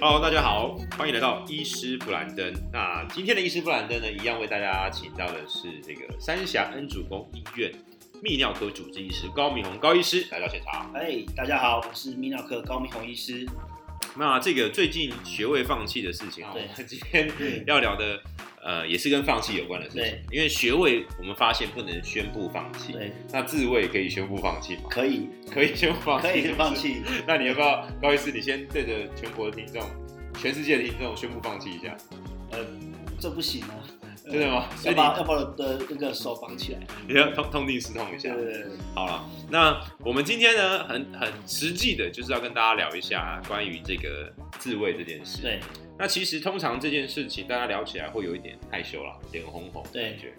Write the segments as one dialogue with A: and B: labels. A: Hello，大家好，欢迎来到医师布兰登。那今天的医师布兰登呢，一样为大家请到的是这个三峡恩主公医院泌尿科主治医师高明宏高医师来到现场。
B: 哎、大家好，我是泌尿科高明宏医师。
A: 那这个最近学位放弃的事情啊，我
B: 对
A: 们今天
B: 对
A: 要聊的，呃，也是跟放弃有关的事情
B: 对。
A: 因为学位我们发现不能宣布放弃，
B: 对，
A: 那自慰可以宣布放弃吗？
B: 可以，
A: 可以宣布放弃，
B: 可以放。弃。
A: 那你要不要，高医师，你先对着全国的听众、全世界的听众宣布放弃一下？
B: 呃，这不行啊，呃
A: 真的吗？所以
B: 要
A: 你
B: 把要把我的那个手绑起来。
A: 你要 痛痛定思痛一下。
B: 对，
A: 好了，那我们今天呢，很很实际的，就是要跟大家聊一下关于这个自慰这件事。
B: 对，
A: 那其实通常这件事情，大家聊起来会有一点害羞啦，脸红红的
B: 对
A: 感觉。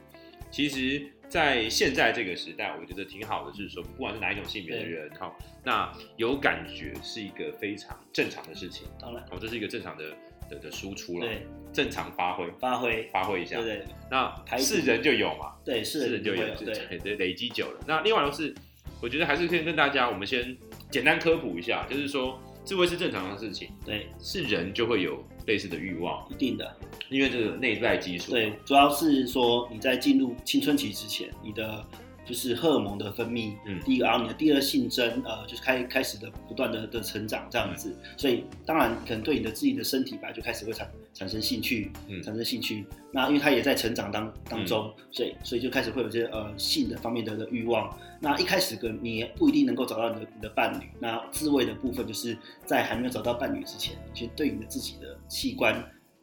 A: 其实，在现在这个时代，我觉得挺好的，是说不管是哪一种性别的
B: 对
A: 人，哈，那有感觉是一个非常正常的事情，
B: 当然，
A: 哦，这是一个正常的的的输出了，
B: 对，
A: 正常发挥，
B: 发挥，
A: 发挥一下
B: 对。对
A: 那
B: 排毒
A: 是人就有嘛，
B: 对，是
A: 是
B: 人
A: 就
B: 会
A: 有
B: 有，对，
A: 对累积久了。那另外就是，我觉得还是可以跟大家，我们先简单科普一下，就是说自慰是正常的事情，
B: 对，
A: 是人就会有类似的欲望，
B: 一定的。
A: 因为这个内在激素。
B: 对，，主要是说你在进入青春期之前，你的就是荷尔蒙的分泌，
A: 嗯
B: 第一个，然后你的第二性征，呃，就是开开始的不断的的成长这样子，所以当然可能对你的自己的身体吧，就开始会产产生兴趣，
A: 嗯
B: 产生兴趣。那因为它也在成长当当中，所以所以就开始会有一些呃性的方面的的欲望。那一开始跟你也不一定能够找到你的你的伴侣，那自慰的部分就是在还没有找到伴侣之前，去对你的自己的器官。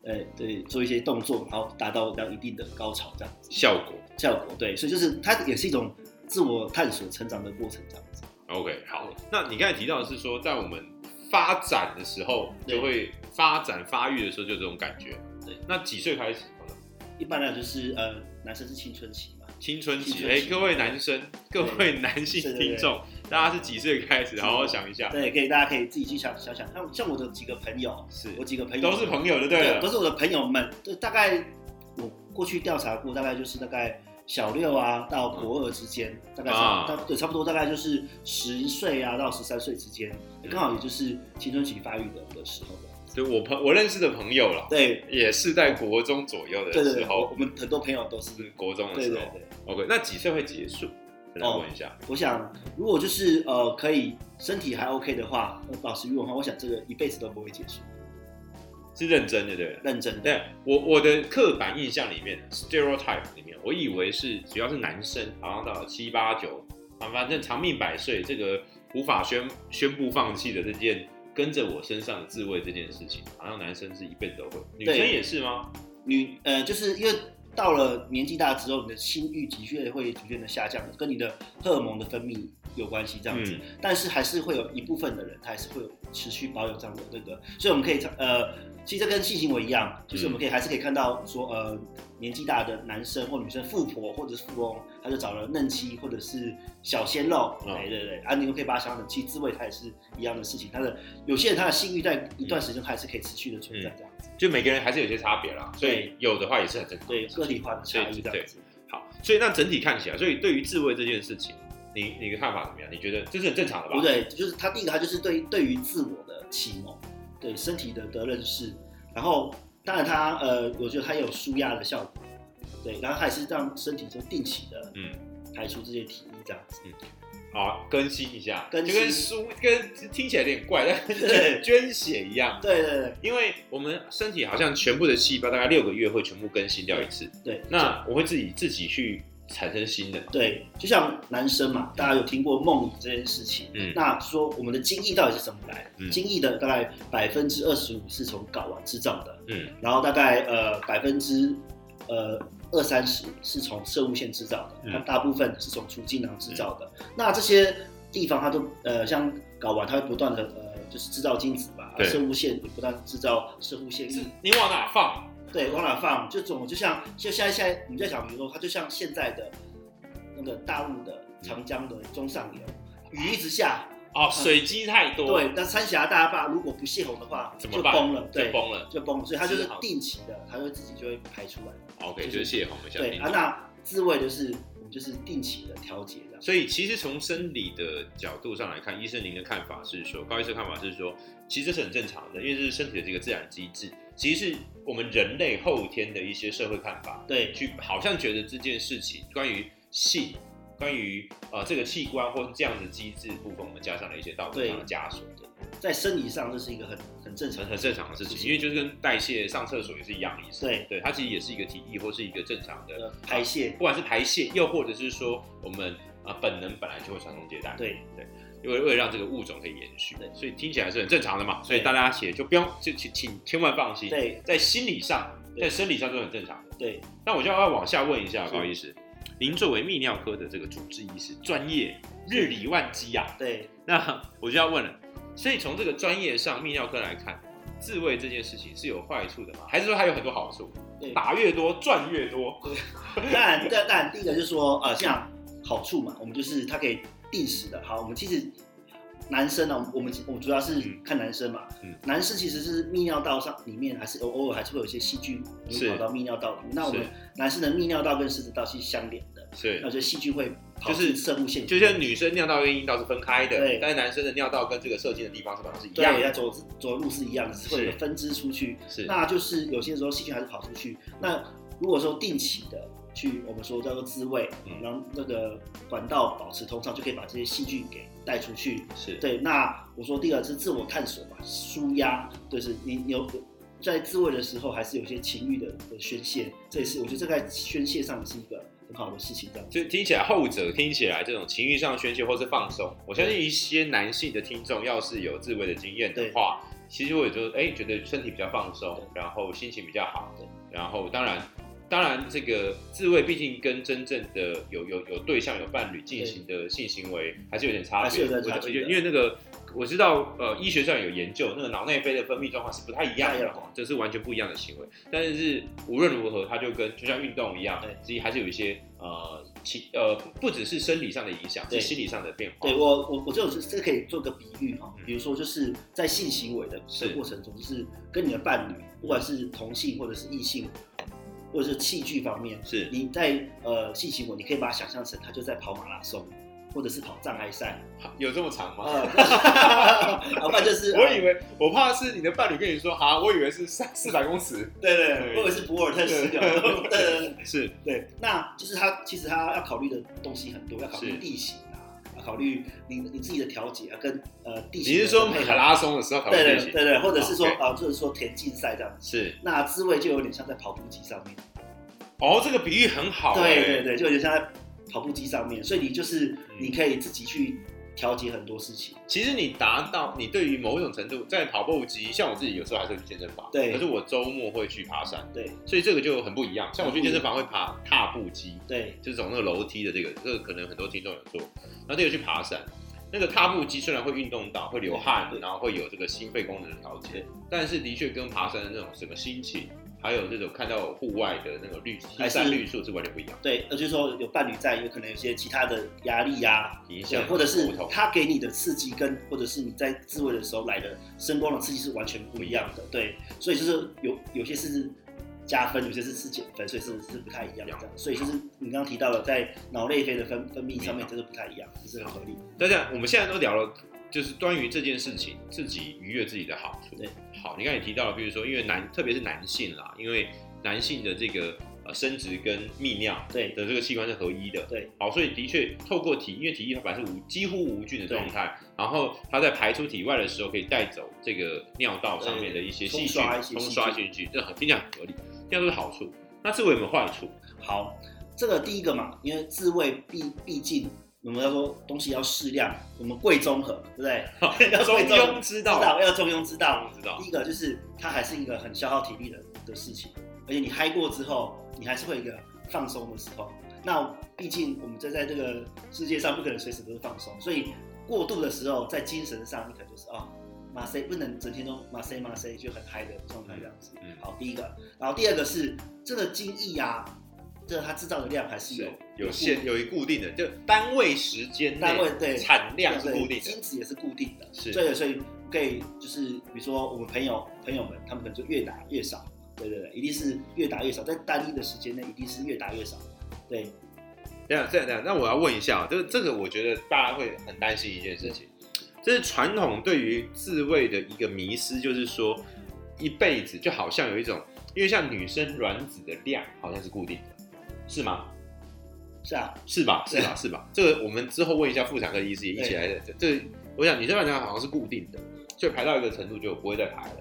B: 呃，对，做一些动作，然后达到到一定的高潮，这样子
A: 效果。
B: 效果对，所以就是它也是一种自我探索、成长的过程，这样子。
A: OK，好。那你刚才提到的是说，在我们发展的时候，
B: 对
A: 就会发展发育的时候就有这种感觉。
B: 对，
A: 那几岁开始？好了
B: 一般来讲就是呃，男生是青春期嘛，
A: 青春
B: 青
A: 期，
B: 春
A: 哎、
B: 期
A: 各位男生，各位男性
B: 是
A: 听众，大家是几岁开始？
B: 是
A: 好好想一下，
B: 对，可以大家可以自己去想想想，像像我的几个朋友，
A: 是
B: 我几个朋友
A: 都是朋友就对
B: 对，啊
A: 了
B: 都。是我的朋友们，就大概我过去调查过，大概就是大概小六啊到国二之间，大概
A: 啊
B: 差大对差不多大概就是十岁啊到十三岁之间，
A: 嗯
B: 刚好也就是青春期发育的的时候了。
A: 对我朋我认识的朋友啦，
B: 对
A: 也是在国中左右的
B: 对对
A: 时
B: 对，我
A: 候
B: 我，们很多朋友都是
A: 是国中的
B: 对
A: 时
B: 对哦
A: 候。
B: 对，
A: OK，那几岁会结束？再来问一下。
B: 我想如果就是呃可以身体还 OK 的话，呃保持欲望的话，我想这个一辈子都不会结束，
A: 是认真的，对不对？
B: 认真的。
A: 对我我的刻板印象里面，stereotype 里面，我以为是只要是男生，好像到了七八九，啊，反正长命百岁，这个无法宣宣布放弃的这件跟着我身上的自慰这件事情，好像男生是一辈子都会，女生也是吗？
B: 女呃，就是因为到了年纪大之后，你的性欲的确会逐渐的下降，跟你的荷尔蒙的分泌有关系这样子。
A: 嗯
B: 但是还是会有一部分的人，他还是会有持续保有这样的那个，所以我们可以呃，其实这跟性行为一样，就是我们可以还是可以看到说呃，年纪大的男生或女生富婆或者是富翁，他就找了嫩妻或者是小鲜肉，
A: 嗯
B: 对对对，啊，你们可以把它想成其实自慰，它也是一样的事情。他的有些人他的性欲在一段时间，他还是可以持续的存在这样子，
A: 就每个人还是有些差别啦，所以
B: 对
A: 有的话也是很正常。
B: 对个体化的差异这样子。
A: 好，所以那整体看起来，所以对于自慰这件事情，你你的看法怎么样？你觉得这是很正常的吧？
B: 不对，就是他第一个，他就是对对于自我的启蒙，对身体的的认识，然后当然他呃，我觉得他有舒压的效果，对，然后他也是让身体就定期的
A: 嗯
B: 排出这些体液这样子，
A: 好，更新一下，
B: 更
A: 就
B: 新
A: 跟书跟听起来有点怪，但跟
B: 对
A: 捐血一样，
B: 对对对
A: 因为我们身体好像全部的细胞大概六个月会全部更新掉一次，
B: 对，
A: 那我会自己自己去产生新的嘛，
B: 对，就像男生嘛，大家有听过梦遗这件事情，
A: 嗯
B: 那说我们的精液到底是怎么来？
A: 嗯
B: 精液的大概百分之二十五是从睾丸制造的，
A: 嗯，
B: 然后大概呃百分之呃二三十是从射物线制造的，
A: 嗯
B: 那、大部分是从储精囊制造的。那这些地方它都呃像睾丸，它会不断的呃就是制造精子吧，
A: 对
B: 射物线也不断地制造射物线
A: 是你往哪放？
B: 对，往哪放？就总就像就现在现在你在想，比如说它就像现在的那个大陆
A: 嗯
B: 的长江的中上游，雨一直下，
A: 哦，水积太多，
B: 嗯对，，那三峡大坝如果不泄洪的话，
A: 怎么
B: 就
A: 办？
B: 崩了，对
A: 就，崩了。
B: 就崩了，所以它就是
A: 是好
B: 定期的，它会自己就会排出来。
A: OK，就
B: 就
A: 是
B: 是
A: 泄洪一下。
B: 对啊
A: 听
B: 啊，那自慰就是我们就是定期的调节这样。
A: 所以其实从生理的角度上来看，医生您的看法是说，高医生看法是说，其实这是很正常的，因为这是身体的这个自然机制，其实是我们人类后天的一些社会看法，
B: 对，
A: 去好像觉得这件事情关于性。关于呃这个器官或者这样的机制部分，我们加上了一些道德上的枷锁，
B: 在生理上这是一个很很正常
A: 很很
B: 的
A: 正常的事情，因为嗯就是跟代谢、上厕所也是一样的意思。
B: 对
A: 对，它其实也是一个体液或是一个正常的，
B: 呃排泄
A: 不。管是排泄，又或者是说我们啊、呃本能本来就会传宗接代，，
B: 对，
A: 因为为了让这个物种可以延续
B: 对，
A: 所以听起来是很正常的嘛。所以
B: 对
A: 大家写就不用，就请请千万放心，
B: 对，
A: 在心理上、在
B: 对
A: 生理上都很正常。
B: 对，
A: 那我就要往下问一下
B: 是
A: 高医师，您作为泌尿科的这个主治医师，专业日理万机啊，
B: 对，
A: 那我就要问了，所以从这个专业上泌尿科来看，自慰这件事情是有坏处的吗？还是说它有很多好处？
B: 对。呃
A: 打越多赚越多？
B: 当然，当然，第一个就是说，呃，像好处嘛，我们就是它可以定时的。好，我们其实男生呢、我们我们主要是看男生嘛，
A: 嗯
B: 男生其实是泌尿道上里面还是偶偶尔还是会有一些细菌会
A: 是
B: 跑到泌尿道里面。那我们
A: 是
B: 男生的泌尿道跟生殖道是相连的，
A: 是
B: 那，就细菌会跑
A: 就是
B: 进射物腺里面，
A: 就像女生尿道跟阴道是分开的
B: 对，
A: 但是男生的尿道跟这个射精的地方是好像是一
B: 对，
A: 样
B: 要
A: 的，
B: 走走的路是一样的，是会有
A: 是
B: 分支出去。
A: 是
B: 那就是有些时候细菌还是跑出去。那如果说定期的去我们说叫做滋味，
A: 嗯
B: 然后那个管道保持通畅，就可以把这些细菌给带出去。
A: 是，
B: 对，那我说第二是自我探索嘛，舒压，就是你你有在自慰的时候，还是有一些情欲的的宣泄，这也是我觉得这在宣泄上也是一个很好的事情，这样。
A: 就听起来后者听起来这种情欲上的宣泄或是放松，我相信一些男性的听众要是有自慰的经验的话，其实我也就哎、觉得身体比较放松，然后心情比较好
B: 对，
A: 然后当然当然这个自慰毕竟跟真正的有有有对象有伴侣进行的性行为还是有点差
B: 还是
A: 别，
B: 有点
A: 我
B: 差
A: 觉
B: 距
A: 得
B: 的
A: 因为那个我知道呃医学上有研究，那个脑内啡的分泌状况是不太一样
B: 不太一
A: 的哦
B: 样，
A: 这是完全不一样的行为。但是无论如何，它就跟就像运动一样
B: 对，
A: 其实还是有一些呃其呃不不只是生理上的影响，是
B: 对
A: 心理上的变化。
B: 对我，我我这种是这可以做个比喻哈、
A: 嗯
B: 比如说就是在性行为的
A: 是
B: 的过程中，就是跟你的伴侣，不管是同性或者是异性，或者是器具方面，
A: 是
B: 你在呃性行为，你可以把它想象成他就在跑马拉松，或者是跑障碍赛，
A: 有这么长吗？
B: 呃， 啊，不然就是
A: 我以为我怕是你的伴侣跟你说哈，我以为是三四百公尺，
B: 对对对，或者是博尔特十秒，对 对对
A: 是
B: 对，那就是他其实他要考虑的东西很多，要考虑
A: 是
B: 地形啊，要考虑你你自己的调节啊，跟呃地
A: 你
B: 形的
A: 是说
B: 配合
A: 马拉松的时候考虑
B: 对
A: 这
B: 对
A: 些？
B: 对对，或者是说
A: 好，OK
B: 啊，就是说田径赛这样子。
A: 是
B: 那滋味就有点像在跑步机上面，
A: 哦，这个比喻很好、欸，
B: 对对对，就有点像在跑步机上面，所以你
A: 嗯
B: 就是你可以自己去调节很多事情。
A: 其实你达到你对于某种程度，在跑步机，像我自己有时候还是会去健身房，
B: 对
A: 可是我周末会去爬山，
B: 对
A: 所以这个就很不一样。像我去健身房会爬
B: 嗯
A: 踏步机，
B: 对
A: 就是走那个楼梯的这个，这个可能很多听众有做。然后这个去爬山，那个踏步机虽然会运动到，会流汗，
B: 对
A: 然后会有这个心肺功能的调节
B: 对，
A: 但是的确跟爬山的那种什么心情，还有这种看到户外的那个绿
B: 还
A: 青
B: 是
A: 山绿树是完全不一样。
B: 对，呃，就是说有伴侣在，有可能有些其他的压力呀、
A: 影
B: 对
A: 响
B: 或者是
A: 不同
B: 他给你的刺激跟或者是你在自慰的时候来的声光的刺激是完全不一样的。对，所以就是有有些是加分，有些是是减分，所以是是不太一样的。所以就是你刚刚提到的，在脑内啡的分分泌上面，就是不太一样，这是很合理的。
A: 大家我们现在都聊了，就是关于这件事情，自己愉悦自己的好处
B: 对。
A: 好，你刚才也提到了，比如说，因为男，特别是男性啦，因为男性的这个呃生殖跟泌尿
B: 对
A: 的这个器官是合一的，
B: 对，
A: 好，所以的确透过体，因为体液它本来是无几乎无菌的状态，然后它在排出体外的时候，可以带走这个尿道上面的一些细菌
B: 冲刷一，些
A: 冲刷
B: 细
A: 进去，这很听起来很合理，这样都是好处。那这个有没有坏 处？
B: 好，这个第一个嘛，因为自慰毕毕竟我们要说东西要适量，我们贵综合，对不 对？要贵
A: 中
B: 综合
A: 庸之
B: 知
A: 道，
B: 道，要中庸之道。
A: 中庸之道
B: 第一个就是它还是一个很消耗体力的的事情，而且你嗨过之后，你还是会有一个放松的时候。那毕竟我们在在这个世界上不可能随时都是放松，所以过度的时候，在精神上你可能就是哦，马塞不能整天都马塞马塞就很嗨的状态这样子。
A: 嗯
B: 好，第一个，然后第二个是这个精益啊，这个它制造的量还是有
A: 是有限，有一固定的，就单位时间内
B: 单位对
A: 产量是
B: 对
A: 固定的，
B: 精子也是固定的，
A: 是
B: 对，所以可以就是比如说我们朋友朋友们，他们可能就越打越少，对对对，一定是越打越少，在单一的时间内一定是越打越少，对。
A: 这样这样这样，那我要问一下，这个这个，我觉得大家会很担心一件事情，这是传统对于自慰的一个迷失，就是说一辈子就好像有一种，因为像女生卵子的量好像是固定的，是吗？
B: 是啊，
A: 是吧？是
B: 对
A: 吧？是吧？这个我们之后问一下妇产科医师也一起
B: 对
A: 来的。这这，我想女生排卵好像是固定的，所以排到一个程度就不会再排了。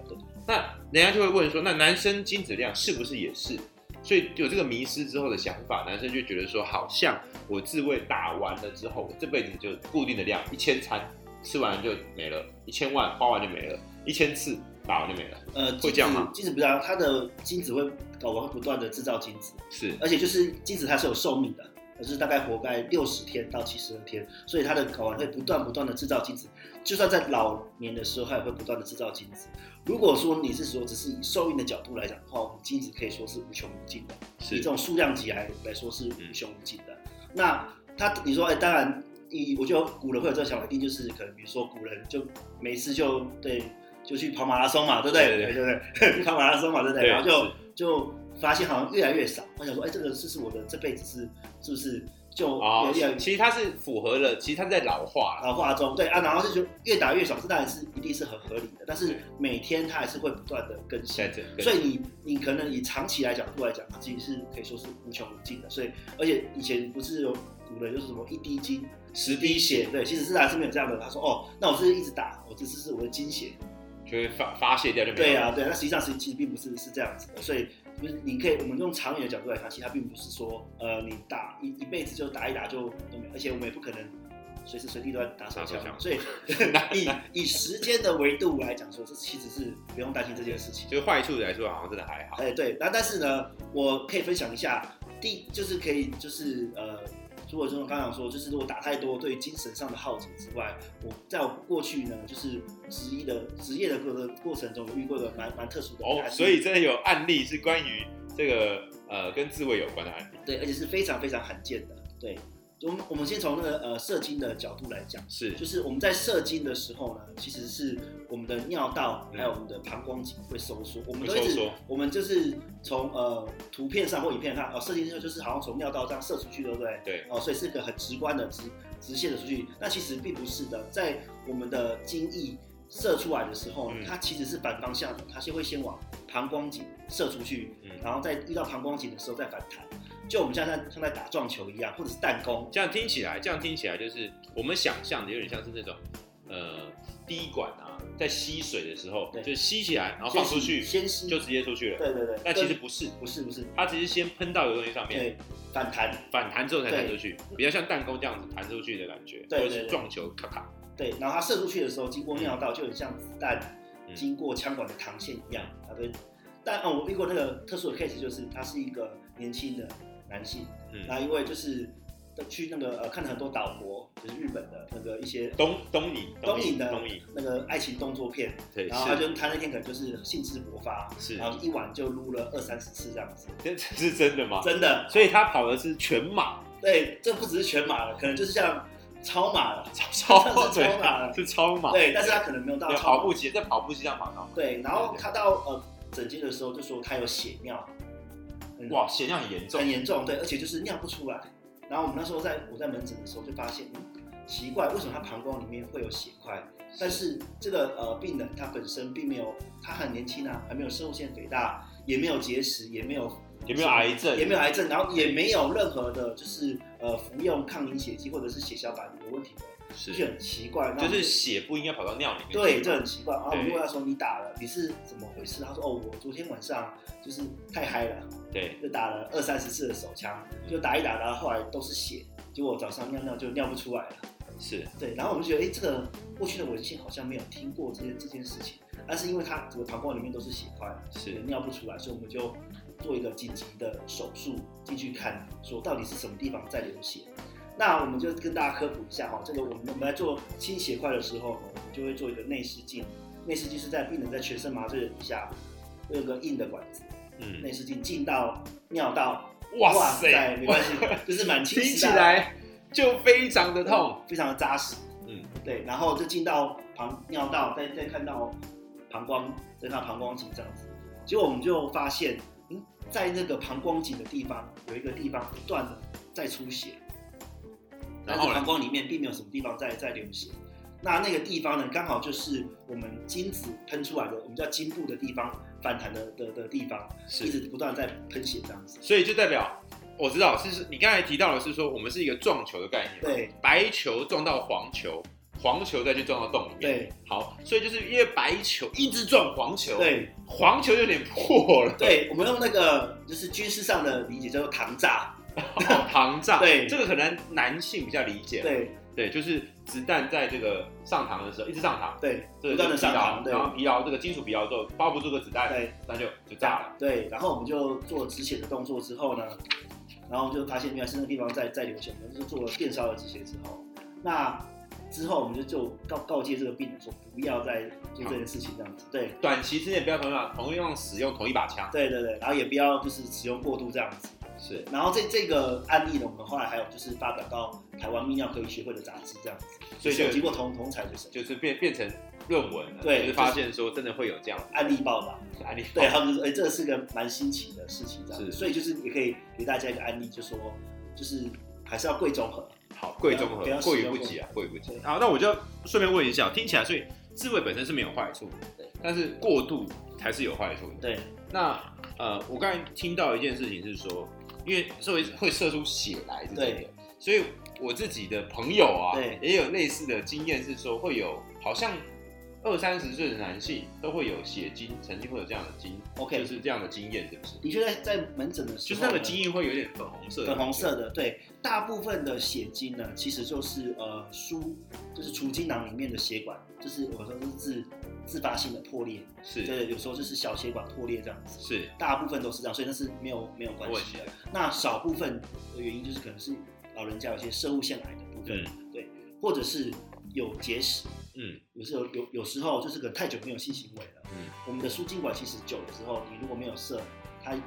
A: 那人家就会问说，那男生精子量是不是也是？所以有这个迷失之后的想法，男生就觉得说，好像我自慰打完了之后，我这辈子就固定的量一千餐，吃完就没了，一千万花完就没了，一千次打完就没了。
B: 呃，
A: 会这样吗
B: 精子精子不知道，它的精子会睾丸会不断的制造精子，
A: 是
B: 而且就是精子它是有寿命的，就是大概活该六十天到七十二天，所以它的睾丸会不断不断的制造精子，就算在老年的时候，它也会不断的制造精子。如果说你是说只是以受孕的角度来讲的话，我们精子可以说是无穷无尽的，以这
A: 是，嗯
B: 种数量级来来说是无穷无尽的。那他你说，哎、当然，以我觉得古人会有这个想法，一定就是可能比如说古人就每次就对就去跑马拉松嘛，对不对？
A: 对对
B: 对对， 去跑马拉松嘛，对不对？
A: 对
B: 然后就就发现好像越来越少。我想说，哎、这个是是我的这辈子是是不是就
A: 哦
B: 有点，
A: 其实它是符合了，其实它在老化了。
B: 老化中，对啊，然后就觉得越打越少，这当然是一定是很合理的，但是
A: 对
B: 每天它还是会不断的更新
A: 在。这个，
B: 所以你你可能以长期来角度来讲，它其实是可以说是无穷无尽的。所以而且以前不是有古人就是什么一滴精
A: 十
B: 滴血，对，其实是还是没有这样的。他说哦，那我是一直打，我这次是我的精血。
A: 就会发发泄掉就没了。
B: 对啊，对啊，那实际上是其实并不是是这样子的。所以就是你可以我们用长远的角度来看，其实它并不是说呃你打一一辈子就打一打就都没有，而且我们也不可能。随时随地都在打手枪
A: 打手，枪
B: 所以以以时间的维度来讲说，这其实是不用担心这件事情。
A: 就是坏处来说，好像真的还好。
B: 哎，对，那但是呢，我可以分享一下，第就是可以就是呃，如果说刚刚说，就是如果打太多，对于精神上的耗竭之外，我在我过去呢，就是职业的职业的过程过程中，我遇过一个蛮蛮特殊的
A: 哦
B: 案，例
A: 所以真的有案例是关于这个呃跟自慰有关的案例。
B: 对，而且是非常非常罕见的，对。我们我们先从那个呃射精的角度来讲，
A: 是
B: 就是我们在射精的时候呢，其实是我们的尿道还有我们的膀胱颈会收缩，我们都一
A: 会收
B: 直
A: 缩
B: 我们就是从呃图片上或影片上，哦，射精之后就是好像从尿道这样射出去，对不对？
A: 对
B: 哦，所以是个很直观的直直线的出去。那其实并不是的，在我们的精液射出来的时候，
A: 嗯
B: 它其实是反方向的，它先会先往膀胱颈射出去，
A: 嗯
B: 然后在遇到膀胱颈的时候再反弹。就我们像在像在打撞球一样，或者是弹弓，
A: 这样听起来，这样听起来就是我们想象的有点像是那种呃滴管啊，在吸水的时候
B: 对
A: 就吸起来，然后放出去
B: 先吸，
A: 就直接出去了。
B: 对对对。
A: 但其实不是，
B: 不是不是，
A: 它只是先喷到有东西上面，
B: 对，反弹，
A: 反弹之后才弹
B: 对
A: 出去，比较像弹弓这样子弹出去的感觉，
B: 对对
A: 或者是
B: 对
A: 撞球咔咔。
B: 对，然后它射出去的时候，经过尿道，就很像子弹
A: 嗯
B: 经过枪管的膛线一样，它会。但哦，我遇过那个特殊的 case，就是他是一个年轻的男性，
A: 嗯
B: 那因为就是去那个呃看了很多岛国，就是日本的那个一些
A: 东东引
B: 东
A: 引
B: 影的
A: 东引，
B: 那个爱情动作片，
A: 对
B: 然后他
A: 是
B: 就他那天可能就是兴致勃发，
A: 是
B: 然后一晚就撸了二三十次这样子，
A: 这这是真的吗？
B: 真 的，
A: 所以他跑的是全马，
B: 对，这不只是全马了，可能就是像超马了，
A: 超
B: 这 是超马了
A: 对是超马，
B: 对，但是他可能没有到
A: 对，
B: 超马
A: 跑步机在跑步机上跑到，
B: 对，然后他到呃诊间的时候就说他有血尿，嗯
A: 哇，血量很严重
B: 很，严重，对，而且就是尿不出来。然后我们那时候在我在门诊的时候就发现，嗯，奇怪，为什么他膀胱里面会有血块？但是这个呃病人他本身并没有，他很年轻啊，还没有深喉腺肥大，也没有结石，也没有
A: 有没有癌症？
B: 也没有癌症，然后也没有任何的就是呃服用抗凝血剂或者是血小板有问题的，
A: 是
B: 就很奇怪。然后
A: 就是血不应该跑到尿里面去，
B: 对，就很奇怪。然后我
A: 对
B: 们问他说你打了，你是怎么回事？他说哦，我昨天晚上就是太嗨了，
A: 对，
B: 就打了二三十次的手枪，就打一打，然后后来都是血，结果早上尿尿就尿不出来了。
A: 是
B: 对，然后我们觉得哎，这个过去的文献好像没有听过这件这件事情，但是因为他整个膀胱里面都是血块，
A: 是
B: 尿不出来，所以我们就做一个紧急的手术进去看，说到底是什么地方在流血。那我们就跟大家科普一下哈，这个我们我们来做清血块的时候呢，我们就会做一个内视镜，内视镜是在病人在全身麻醉的底下，会有个硬的管子，
A: 嗯，
B: 内视镜进到尿道，
A: 哇塞
B: 没关系，就是蛮清
A: 听
B: 晰
A: 起
B: 的啊
A: 来就非常的痛，
B: 非常的扎实，
A: 嗯，
B: 对，然后就进到膀尿道，再再看到膀胱，再看到膀胱颈这样子。结果我们就发现，嗯，在那个膀胱颈的地方有一个地方不断的在出血，但
A: 然
B: 是
A: 后嘞
B: 膀胱里面并没有什么地方在在流血。那那个地方呢，刚好就是我们精子喷出来的，我们叫茎部的地方反弹的的的地方，一
A: 嗯是，
B: 直不断地在喷血这样子。
A: 所以就代表我知道，是是，你刚才提到的是说，我们是一个撞球的概念，，
B: 对
A: 白球撞到黄球，黄球再去撞到洞里面，
B: 对
A: 好，所以就是因为白球一直撞黄球，，
B: 对
A: 黄球有点破了，
B: 对，我们用那个就是军事上的理解叫做糖炸。
A: 好膛炸，
B: 对
A: 这个可能男性比较理解，
B: 对
A: 对，就是子弹在这个上膛的时候一直上膛，
B: 对，
A: 这个
B: 不断的上膛，
A: 疲
B: 对
A: 劳然后疲劳这个金属疲劳之后包不住这个子弹，
B: 对
A: 那就就炸了，
B: 对。然后我们就做止血的动作之后呢，然后就发现原来是那个地方在在流血，我们就做了电烧的止血之后，那之后我们就就告告诫这个病人说不要再做这件事情这样子。对
A: 短期之内不要同样同样使用同一把枪，
B: 对对对，然后也不要就是使用过度这样子。
A: 是
B: 然后这这个案例呢，我们后来还有就是发表到台湾泌尿科医学会的杂志这样子，
A: 所以
B: 是有
A: 就
B: 经过同同采就是
A: 就是变变成论文了，
B: 对
A: 就是发现说真的会有这样
B: 案例报道。
A: 的案例，
B: 对，他们就是哎、这是个蛮新奇的事情，这样。
A: 是
B: 所以就是也可以给大家一个案例，就说就是还是要贵综合。
A: 好贵中和
B: 不要
A: 过于
B: 使用
A: 不及啊，过于不及
B: 对。
A: 好，那我就要顺便问一下，听起来所以自慰本身是没有坏处，
B: 对，
A: 但是过度才是有坏处的。
B: 对
A: 那呃，我刚才听到一件事情是说，因为作为会射出血来之类的，所以我自己的朋友啊
B: 对，
A: 也有类似的经验，是说会有好像二三十岁的男性都会有血精，曾经会有这样的经
B: ，OK，
A: 就是这样的经验，是不是？
B: 的确在在门诊的时
A: 就
B: 候
A: 是
B: 呢，
A: 那个精液会有点粉红色的感
B: 粉
A: 觉，
B: 红色的，对，大部分的血精呢，其实就是呃输，就是储精囊里面的血管，就是有时候是自自发性的破裂，
A: 是
B: 对，有时候就是小血管破裂这样子。
A: 是，
B: 大部分都是这样，所以那是没有没有关
A: 我也
B: 系
A: 觉
B: 的
A: 得。
B: 那少部分的原因就是可能是老人家有些生物腺癌的部分，对，或者是有结石，
A: 嗯
B: 有时候有有时候就是可能太久没有性行为了，
A: 嗯
B: 我们的输精管其实久了之后，你如果没有射，它就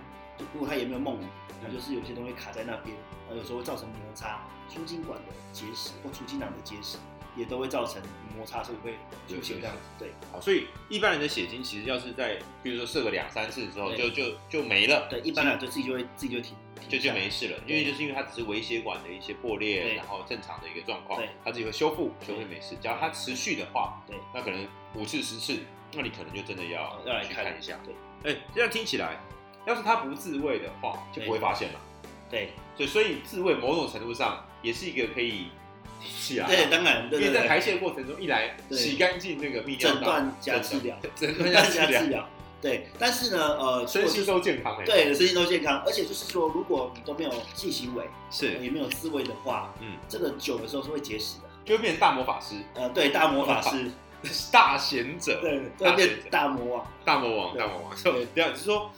B: 如果它也没有梦遗，它
A: 嗯
B: 就是有些东西卡在那边，呃，有时候会造成摩擦，输精管的结石或输精囊的结石也都会造成摩擦，所以会出现这样子，对
A: 好，所以一般人的血精其实要是在，比如说射个两三次之后，就
B: 对
A: 就就没了，
B: 对，一般啊来就自己就会自己就会停，
A: 就
B: 停
A: 就
B: 下来
A: 没事了，因
B: 对
A: 为就是因为它只是微血管的一些破裂，
B: 对
A: 然后正常的一个状况
B: 对，
A: 它自己会修复，修复
B: 对
A: 没事。只要它持续的话，
B: 对，
A: 那可能五次十次，那你可能就真的要
B: 要来
A: 去
B: 看
A: 看一下。
B: 对
A: 哎，这样听起来，要是他不自慰的话，就
B: 对
A: 不会发现了。
B: 对
A: 对，所以自慰某种程度上也是一个可以提起来，
B: 对，当然对
A: 啊因为
B: 对
A: 在
B: 对，
A: 排泄的过程中，一来
B: 对
A: 洗干净那个泌尿道，
B: 诊断加治疗，
A: 整个
B: 诊
A: 要
B: 断
A: 治
B: 加治
A: 疗，
B: 疗，对，但是呢，呃，
A: 身心
B: 如果
A: 都健康哎。
B: 对，身心都健康，而且就是说，如果你都没有性行为，呃
A: 是，
B: 也没有自慰的话，
A: 嗯，
B: 这个久的时候是会结石的。
A: 就会变成大魔法师、
B: 呃，对，大魔法师，
A: 大贤者。
B: 对，
A: 大
B: 会变
A: 学者
B: 大魔王，
A: 大魔王，
B: 对
A: 大魔王，就
B: 对
A: 不要，就是说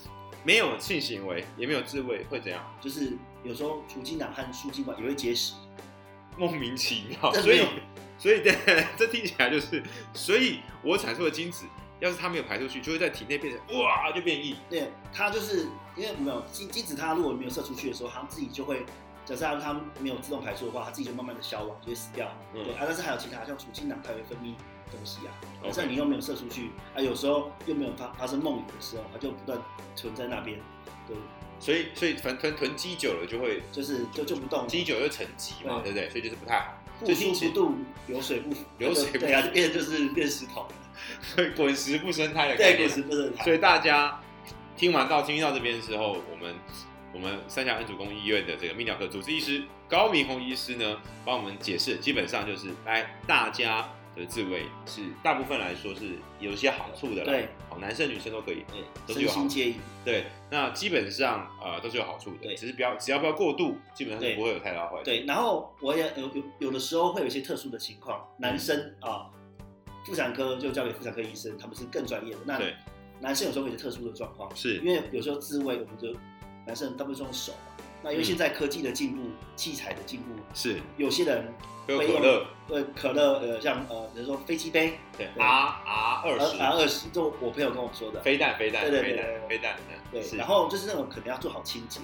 A: 没有性行为，也没有自慰，会怎样？
B: 就是有时候储精囊和输精管也会结石。
A: 莫名其妙，
B: 这
A: 所
B: 没
A: 以
B: 有
A: 所以 这听起来就是，所以我产出的精子，要是它没有排出去，就会在体内变成哇，就变异，
B: 对，它就是因为没有精精子，它如果没有射出去的时候，它自己就会，假设它它没有自动排出的话，它自己就慢慢的消亡，就会死掉。
A: 嗯
B: 对啊，但是还有其他像储精囊，它也会分泌东西啊。
A: OK
B: 但是你又没有射出去啊，有时候又没有发发生梦游的时候，它就不断存在那边，对，
A: 所以所以反正囤囤积久了就会
B: 就是就就不动，
A: 积久就成疾嘛，对
B: 对
A: 不对？所以就是不太好，
B: 付
A: 就听
B: 出
A: 起
B: 不度，流水不腐，
A: 流水不
B: 对啊，就变成就是变石头，
A: 对滚石不生胎的概
B: 对，
A: 念
B: 果实不是它
A: 所以大家听完到听到这边之后，我们我们三峡恩主公医院的这个泌尿科主治医师高明宏医师呢，帮我们解释，基本上就是来大家的自慰是大部分来说是有一些好处的啦，
B: 对，
A: 好男生女生都可以，都是
B: 对，身
A: 有好
B: 心皆宜。
A: 对，那基本上呃都是有好处的，
B: 对
A: 只是不要只要不要过度，基本上是
B: 对
A: 不会有太大坏处，
B: 对，然后我也有有有的时候会有一些特殊的情况，
A: 嗯
B: 男生啊，妇产科就交给妇产科医生，他们是更专业的。那
A: 对
B: 男生有时候会有一些特殊的状况，因
A: 是
B: 为有时候自慰，我们就男生大部分是用手嘛。那因为
A: 嗯
B: 现在科技的进步、器材的进步，
A: 是，
B: 有些人
A: 喝
B: 会
A: 可
B: 用
A: 乐，
B: 呃可乐呃像呃比如说飞机杯
A: 对
B: 对
A: R R 二
B: R R
A: 十，
B: 二十，就我朋友跟我说的，
A: 飞弹飞弹
B: 对对
A: 飞
B: 对
A: 弹
B: 对对
A: 飞弹，
B: 对，
A: 是
B: 然后就是那种可能要做好清洁，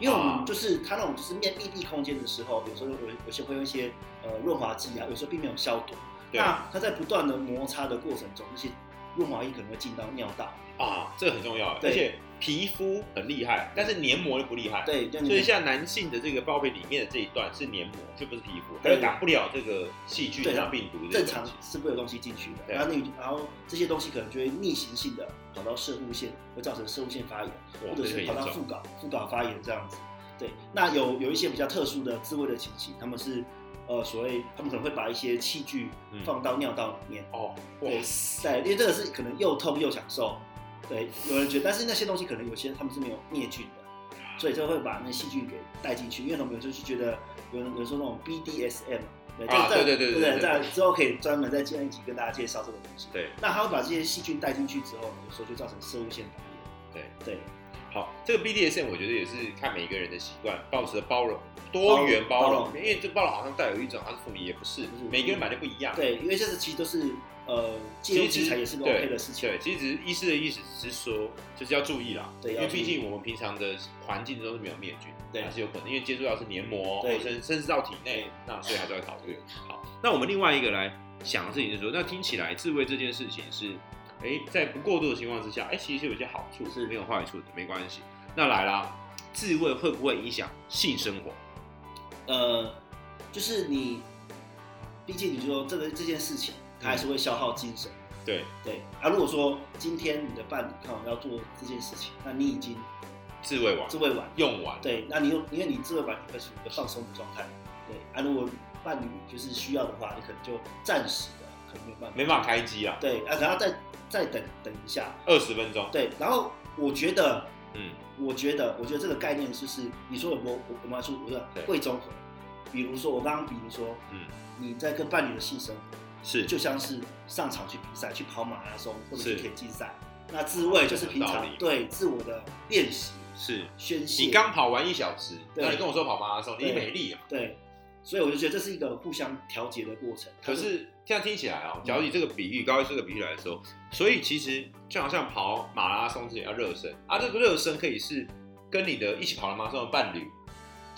B: 因为我
A: 啊
B: 们就是它那种就是面密闭空间的时候，有时候有有些会用一些呃润滑剂啊，有时候并没有消毒，
A: 对
B: 那它在不断的摩擦的过程中，那些润滑液可能会进到尿道，
A: 啊，这很重要，
B: 对
A: 而且皮肤很厉害，但是黏膜就不厉害。
B: 对，就你
A: 所以像男性的这个包皮里面的这一段是黏膜，就不是皮肤，它就挡不了这个细菌
B: 对
A: 像病毒这
B: 正
A: 个东
B: 常
A: 西。
B: 是会有东西进去的，
A: 对
B: 然后你然后这些东西可能就会逆行性的跑到射护腺，会造成射护腺发炎，
A: 哇
B: 或者
A: 哦这个
B: 是
A: 严
B: 跑到
A: 重
B: 副睾副睾发炎这样子。对，那有有一些比较特殊的自慰的情形，他们是呃所谓他们可能会把一些器具
A: 嗯
B: 放到尿道里面，
A: 哦，哇
B: 对，对，因为这个是可能又痛又享受。对，有人觉得，但是那些东西可能有些他们是没有灭菌
A: 啊
B: 的，所以就会把那细菌给带进去。因为他们有就是觉得有人有人说那种 BDSM，对，
A: 啊
B: 这个
A: 对对对
B: 对
A: 对对
B: 对，在之后可以专门再建一集跟大家介绍这个东西。
A: 对，
B: 那他会把这些细菌带进去之后，有时候就造成生物腺发炎。对
A: 好，这个 BDSM 我觉得也是看每个人的习惯，保持包容、多元包容，
B: 包容嗯
A: 因为这包容好像带有一种它是妇女，也不是，
B: 不是
A: 每个人本来就不一样。
B: 对对，因为这是其实都是呃借
A: 其
B: 用
A: 实
B: 器材也是个 OK 的事情。
A: 对，其实医师的意思只是说，就是要注意啦，
B: 对
A: 因
B: 要
A: 为
B: 注意
A: 毕竟我们平常的环境中是没有灭菌，
B: 对
A: 还是有可能，因为接触到是黏膜，哦
B: 对
A: 甚甚至到体内，那所以还是要考虑。好，那我们另外一个来想的事情是说，那听起来自慰这件事情是，哎，在不过度的情况之下，哎，其实是有一些好处，
B: 是
A: 没有坏处的，没关系。那来啦，自慰会不会影响性生活？
B: 呃，就是你，毕竟你就说这个这件事情，它还是会消耗精神。
A: 对，
B: 对啊，如果说今天你的伴侣刚好要做这件事情，那你已经
A: 自慰完
B: 自慰完，
A: 用完，
B: 对，那你又因为你自慰完，你会是一个放松的状态，对啊，如果伴侣就是需要的话，你可能就暂时的可能没有办法，
A: 没办法开机啊，
B: 对啊，然后再再等等一下，
A: 二十分钟，
B: 对，然后我觉得，
A: 嗯，
B: 我觉得，我觉得这个概念就是你说有没有我我们来说，我的
A: 对
B: 会综合，比如说我刚刚比如说，
A: 嗯，
B: 你在跟伴侣的性生活。
A: 是，
B: 就像是上场去比赛，去跑马拉松或者
A: 是
B: 去田径赛。那自慰就是平
A: 有道
B: 常
A: 理
B: 对自我的练习
A: 是。
B: 宣泄。
A: 你刚跑完一小时，
B: 对
A: 那你跟我说跑马拉松，你
B: 对
A: 美丽啊。
B: 对，所以我就觉得这是一个互相调节的过程。
A: 可是这样听起来啊、假如以这个比喻，高一这个比喻来说，所以其实就好像跑马拉松之前要热身啊，这个热身可以是跟你的一起跑马拉松的伴侣。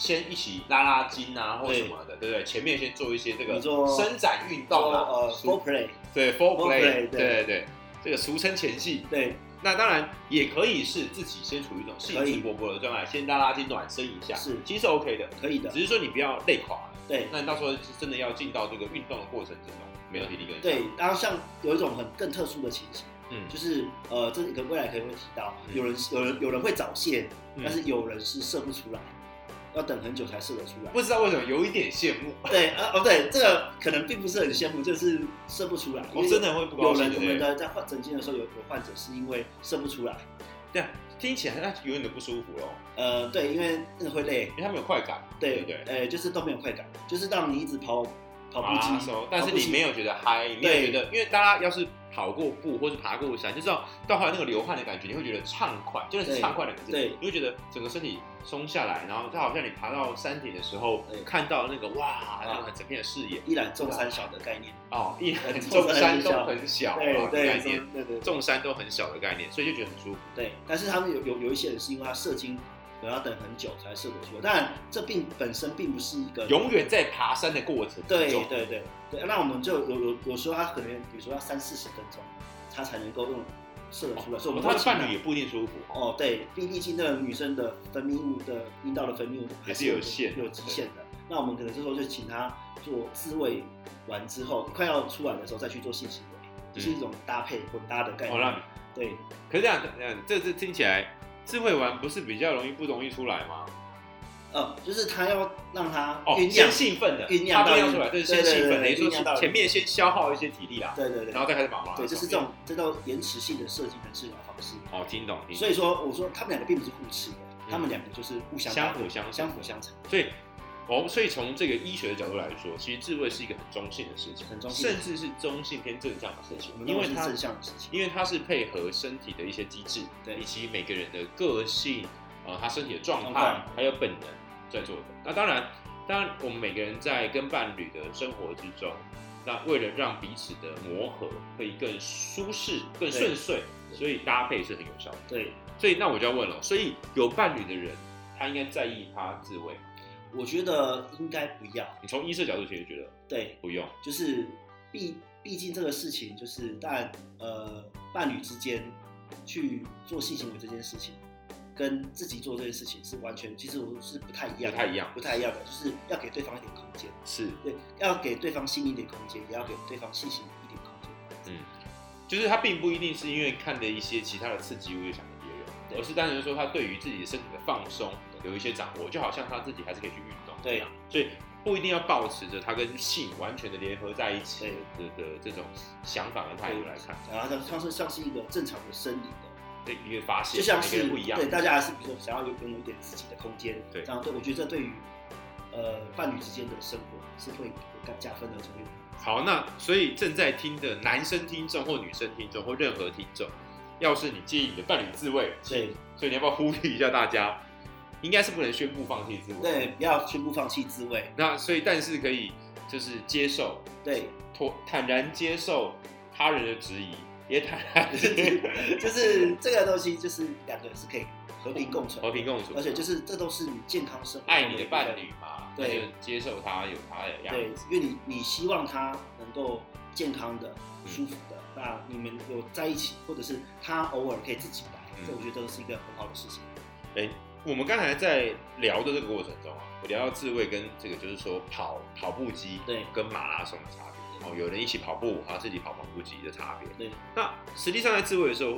A: 先一起拉拉筋啊，或
B: 对
A: 什么的，对不对？前面先做一些这个
B: 你做
A: 伸展运动
B: 到
A: 啊，
B: 呃 four
A: 俗
B: play，
A: 对 f o r play，对
B: foreplay，对
A: 对对，这个俗称前戏。
B: 对
A: 那当然也可以是自己先处于一种兴
B: 可以
A: 致勃勃的状态，先拉拉筋暖身一下，
B: 是
A: 其实是 OK 的，
B: 可以的
A: 只。是说你不要累垮了。
B: 对
A: 那你到时候是真的要进到这个运动的过程之中，没有体力跟上
B: 对，，然后像有一种很更特殊的情形，
A: 嗯，
B: 就是呃，这个未来可能会提到，
A: 嗯
B: 有人有人有人会早泄，
A: 嗯
B: 但是有人是射不出来，要等很久才射得出来。
A: 不知道为什么有一点羡慕，
B: 对啊哦对，这个可能并不是很羡慕，就是射不出来。因
A: 我
B: 为
A: 哦真的会不
B: 有
A: 高兴
B: 人
A: 对
B: 我
A: 不
B: 们
A: 对。
B: 的在患诊间的时候有有患者是因为射不出来，
A: 对啊，听起来那有点不舒服哦，
B: 呃，对，因为那个会累
A: 因，为他们有快感，
B: 对
A: 不对？
B: 呃，就是都没有快感，就是让你一直跑跑
A: 马拉
B: 步机，
A: 松，但是
B: 跑步
A: 你
B: 机
A: 没有觉得嗨，你没有觉得，因为大家要是跑过步或是爬过山，就知道到后来那个流汗的感觉，你会觉得畅快，真的是
B: 对
A: 畅快两个字，
B: 对
A: 你会觉得整个身体松下来，然后就好像你爬到山顶的时候
B: 对，
A: 看到那个哇，那个整片的视野
B: 一览众山小的概念，
A: 哦，一览
B: 众
A: 众山
B: 山
A: 都
B: 小
A: 很小，
B: 对
A: 哦这个概
B: 对
A: 念
B: 对对对
A: 众山都很小的概念，所以就觉得很舒服。
B: 对，但是他们有有有一些人是因为他射精，可能要等很久才射得出来，当然这并本身并不是一个
A: 永远在爬山的过程
B: 对
A: 之中，
B: 对对对，那我们就有有有时候他可能比如说要三四十分钟，他才能够用射得出来，所以
A: 哦
B: 我们
A: 他
B: 会
A: 的
B: 请
A: 伴侣也不一定舒服。
B: 哦，对，毕毕竟那个女生的分泌物的阴道的分泌物还
A: 也是有限的
B: 有极限的。那我们可能这时候就请她做自慰完之后，快要出来的时候再去做性行为，
A: 嗯
B: 这、是一种搭配混搭的概
A: 好
B: 念。
A: 了，
B: 对，
A: 可是这样这样，这这听起来智慧丸不是比较容易不容易出来吗？
B: 呃，就是她要让她
A: 哦，
B: 酝酿，
A: 先兴奋的，
B: 酝酿
A: 他
B: 到
A: 酝酿出来，这是先
B: 对对
A: 兴奋，等于
B: 对
A: 说
B: 酝酿到
A: 是前面先消耗一些体力啦，
B: 对对对，
A: 然后再开始跑马拉松。
B: 对，就是这种这叫延迟性的射精的治疗方式。
A: 哦，听懂听懂。
B: 所以说，我说他们两个并不是互斥的，他们两个就是互相
A: 嗯相
B: 搭配
A: 辅相成
B: 相辅相成，
A: 所以，哦，所以从这个医学的角度来说，其实自慰是一个很中性的事情，
B: 很中性
A: 甚至是中性偏正向的事情
B: 我，们
A: 因
B: 认为
A: 为
B: 是
A: 它
B: 正向的事情。
A: 因为它是配合身体的一些机制，
B: 对
A: 以及每个人的个性，呃，他身体的状
B: 状
A: 态
B: 态，
A: 还有本能在做的。那当然，当然，我们每个人在跟伴侣的生活之中，那为了让彼此的磨合可以更舒适、更顺遂，所以搭配是很有效的。
B: 对，
A: 所以，那我就要问了，所以有伴侣的人，他应该在意他自慰吗。
B: 我觉得应该不要。
A: 你从医师的角度其实觉得
B: 对，
A: 不用，
B: 就是毕毕竟这个事情，就是但呃伴侣之间去做性行为这件事情，跟自己做这件事情是完全，其实我是不太一样的，
A: 不太一样
B: 不太一样的，就是要给对方一点空间，
A: 是，
B: 对，要给对方心一点空间，也要给对方信心一点空间。
A: 嗯，就是他并不一定是因为看了一些其他的刺激物就想着别人，
B: 对
A: 而是单纯说他对于自己身体的放松有一些掌握，就好像他自己还是可以去运动
B: 对
A: 一样，所以不一定要保持着他跟性完全的联合在一起的的的这种想法跟态度来看，
B: 然后像是像是一个正常的生理的，
A: 对，因为发现
B: 就像
A: 每个
B: 是
A: 人不一样，
B: 对大家还是比如说想要有拥有一点自己的空间，
A: 对
B: 然后对我觉得这对于呃伴侣之间的生活是会有加分的，就会
A: 好，那所以正在听的男生听众或女生听众或任何听众，要是你介意你的伴侣自慰，
B: 对
A: 所以你要不要呼吁一下大家？应该是不能宣布放弃自慰，
B: 对，不要全部放弃滋 味，
A: 那所以，但是可以就是接受，
B: 对，
A: 妥坦然接受他人的质疑，也坦然自己
B: 就是这个东西就是两个是可以和平共存，
A: 和平共处，
B: 而且就是这都是你健康生活中
A: 爱你的
B: 一部分
A: 伴侣嘛，那
B: 对
A: 就接受他有他的样
B: 对
A: 子，，
B: 因为你你希望他能够健康
A: 嗯
B: 的、舒服的，那你们有在一起，或者是他偶尔可以自己来，
A: 嗯
B: 这我觉得是一个很好的事情。
A: 我们刚才在聊的这个过程中啊，我聊到自慰跟这个就是说跑跑步机
B: 对
A: 跟马拉松的差别，哦，有人一起跑步，啊，自己跑跑步机的差别。
B: 对，
A: 那实际上在自慰的时候，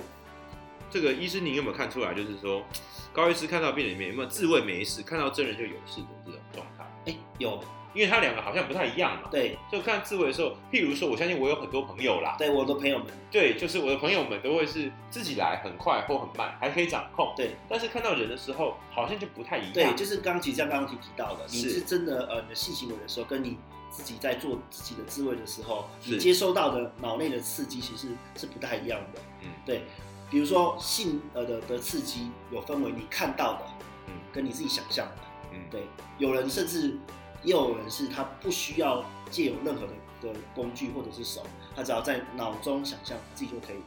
A: 这个医师您有没有看出来，就是说高医师看到病人里面有没有自慰没事，看到真人就有事的这种状态？
B: 哎，有
A: 因为他两个好像不太一样嘛。
B: 对
A: 就看自慰的时候，譬如说，我相信我有很多朋友啦，
B: 对，我的朋友们，
A: 对，就是我的朋友们都会是自己来，很快或很慢，还可以掌控。
B: 对
A: 但是看到人的时候，好像就不太一样。
B: 对，就是刚其实像刚刚提提到的，你
A: 是
B: 是真的呃你的性行为的时候，跟你自己在做自己的自慰的时候，
A: 是
B: 你接收到的脑内的刺激其实是不太一样的。
A: 嗯，
B: 对，比如说性呃的的刺激有分为你看到的，
A: 嗯
B: 跟你自己想象的。
A: 嗯，
B: 对，有人甚至也有人是他不需要借有任何的的工具或者是手，他只要在脑中想象自己就可以，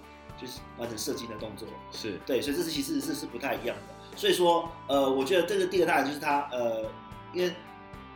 B: 就是完成射精的动作。
A: 是
B: 对，所以这是其实是是不太一样的。所以说，呃，我觉得这个第二大就是他呃，因为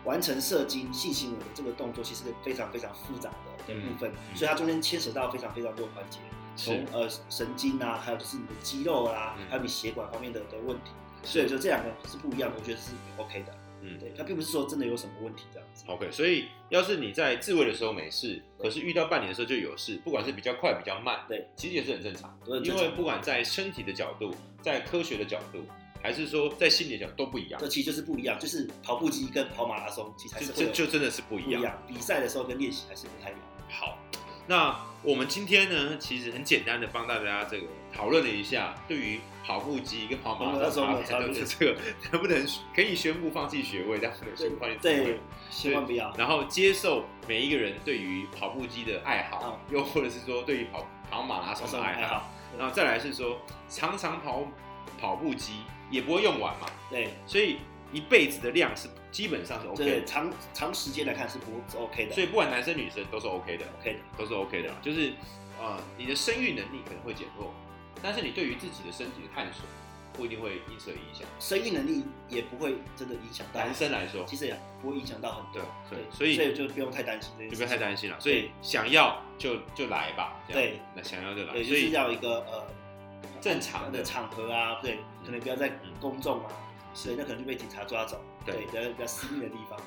B: 完成射精性行为的这个动作，其实是非常非常复杂的的部分，
A: 嗯
B: 所以它中间牵扯到非常非常多环节，从
A: 是
B: 呃神经啊，还有就是你的肌肉啊，
A: 嗯
B: 还有你血管方面的的问题。所以说这两个是不一样的，我觉得是 OK 的。
A: 嗯
B: 对，它并不是说真的有什么问题这样子。
A: OK，所以要是你在自慰的时候没事，可是遇到伴侣的时候就有事，不管是比较快比较慢，
B: 对，
A: 其实也是很正常，
B: 都很
A: 因
B: 正
A: 为
B: 常
A: 不管在身体的角度，在科学的角度，还是说在心理的角度都不一样
B: 这，其实就是不一样，就是跑步机跟跑马拉松其实还
A: 就是
B: 会
A: 就
B: 有
A: 就真的是不
B: 不
A: 一
B: 一
A: 样。
B: 样。比赛的时候跟练习还是不太一样。
A: 好，那我们今天呢，其实很简单的帮大家这个讨论了一下，对于跑步机跟跑马拉松
B: 跑马拉松的
A: 差别的这个 能不能可以宣布放弃学位，但不能宣布放弃职位
B: 对，，千万不要。
A: 然后接受每一个人对于跑步机的爱好，又或者是说对于跑跑嗯马拉松的爱
B: 还
A: 好，
B: 好，
A: 然后再来是说常常跑跑步机也不会用完嘛，
B: 对
A: 所以一辈子的量是基本上是 OK
B: 对，
A: 的，
B: 长长时间来看是不是 OK 的，
A: 所以不管男生女生都是 OK 的。
B: OK 的，
A: 都是 OK 的啦，就是呃，你的生育能力可能会减弱，但是你对于自己的身体的探索不一定会因此而影响。
B: 生育能力也不会真的影响到
A: 男，生来说，
B: 其实也不会影响到很
A: 对啊
B: 多，
A: 对，所
B: 所
A: 以
B: 所
A: 就
B: 以就不用太担心这件事，
A: 不要太，担心了。所以想要就就来吧，这样
B: 对，
A: 那想要就来，
B: 对，就
A: 所
B: 是
A: 以
B: 要有一个呃
A: 正常的嗯
B: 的场合啊，对，可能不要在公众啊，所以那可能就被警察抓走，
A: 对
B: 对，比较比较私密的地方，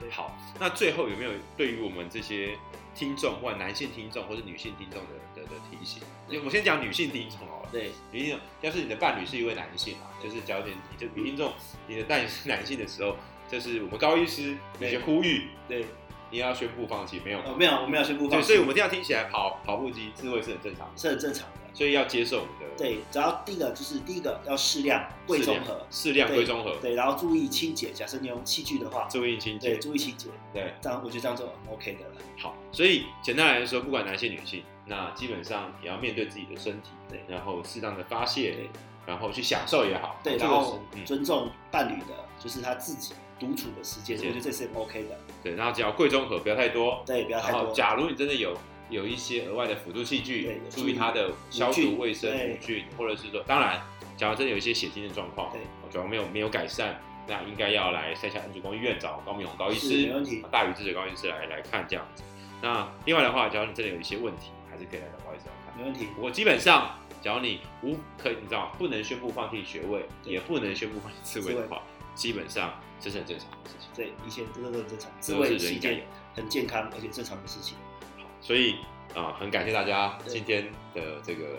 B: 对
A: 好。那最后有没有对于我们这些听众，或者男性听众或者女性听众的的的提醒？我先讲女性听众好了。
B: 对
A: 女性，要是你的伴侣是一位男性啊，就是交点你就女听众，你的伴侣是男性的时候，就是我们高医师有些呼吁，
B: 对，
A: 你要宣布放弃，没有？
B: 呃，没有，我们要宣布
A: 对，
B: 放
A: 所以
B: 弃
A: 我，们一定要听起来跑跑步机自慰是很正常的，
B: 是很正常的，
A: 所以要接受我们的
B: 对，只要第一个就是第一个要适量贵
A: 适
B: 综
A: 量
B: 合，
A: 适量
B: 对
A: 归综合，
B: 对，然后注意清洁，假设你用器具的话，
A: 注意清
B: 对，
A: 洁，
B: 注意清洁。
A: 对，哦
B: 这样我觉得这样就很 OK 的了。
A: 好。所以简单来说，不管男性女性，那基本上也要面对自己的身体，
B: 对
A: 然后适当的发泄
B: 对，
A: 然后去享受也好，
B: 对，
A: 这
B: 然
A: 个是
B: 后
A: 嗯，
B: 尊重伴侣的，就是他自己独处的时间，
A: 时
B: 我
A: 间
B: 觉得这是很 OK 的。
A: 嗯对，然后只要贵综合，不要太多，
B: 对，不要太
A: 然后，
B: 多。
A: 假如你真的有有一些额外的辅助器具
B: 对，有
A: 注意它的消
B: 无
A: 毒
B: 菌
A: 卫生、
B: 对
A: 无菌，或者是说，当然，假如真的有一些血精的状况，
B: 对，
A: 假如没有没有改善，那应该要来三峡恩主公医院找高明勇高医
B: 是
A: 师
B: 没问题，
A: 大禹治水高医师来来看这样子。那另外的话，假如你真的有一些问题，还还是可以来找高医师聊看。
B: 没问题。
A: 我基本上，只要你无可，你知道吗不能宣布放弃学位，
B: 对
A: 也不能宣布放弃刺
B: 刺
A: 猬的
B: 猬
A: 话，基本上这是很正常的事情。
B: 对，以前这都很正常，
A: 这
B: 自
A: 都是
B: 慰
A: 人
B: 是一
A: 应该有
B: 件很健康而且正常的事情。
A: 好，所以啊、很感谢大家
B: 对
A: 今天的这个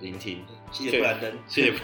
A: 聆听，
B: 嗯谢谢布兰登，
A: 谢谢，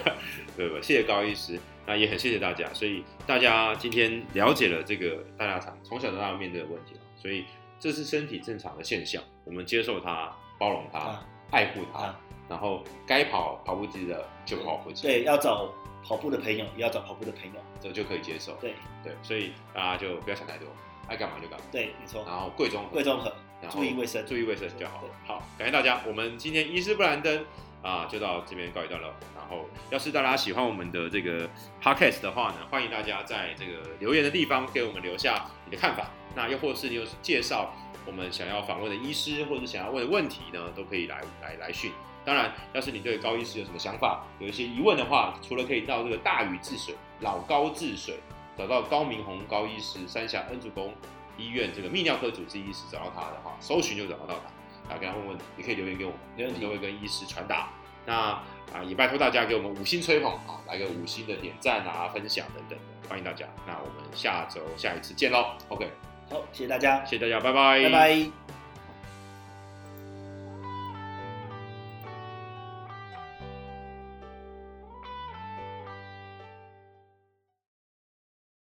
A: 对不？谢 谢高医师，那也很谢谢大家。所以大家今天了解了这个大家常从小到大面对的问题了，所以这是身体正常的现象，我们接受它，包容它，
B: 啊
A: 爱护它，
B: 啊，
A: 然后该跑跑步机的就跑步机，
B: 对，要找跑步的朋友，也要找跑步的朋友。
A: 这就可以接受。
B: 对
A: 对，所以大家就不要想太多，爱干嘛就干嘛，
B: 对，没错，
A: 然后贵中和
B: 贵中和，
A: 然后
B: 注意卫生，
A: 注意卫生就好
B: 对。
A: 好，感谢大家，我们今天医师布兰登啊、就到这边告一段落。然后，要是大家喜欢我们的这个 podcast 的话呢，欢迎大家在这个留言的地方给我们留下你的看法。那又或是你有介绍我们想要访问的医师，或者想要问的问题呢，都可以来来来讯。当然，要是你对高医师有什么想法，有一些疑问的话，除了可以到这个大禹治水、老高治水，找到高明宏高医师，三峡恩主公医院这个泌尿科主治医师找到他的话，搜寻就找得到他，啊，跟他问问题，也可以留言给我们，
B: 没问
A: 我
B: 题
A: 们都会跟医师传达。那啊，也拜托大家给我们五星吹捧啊，来个五星的点赞啊、分享等等的，欢迎大家。那我们下周下一次见喽，OK，
B: 好，谢谢大家，
A: 谢谢大家，拜
B: 拜拜。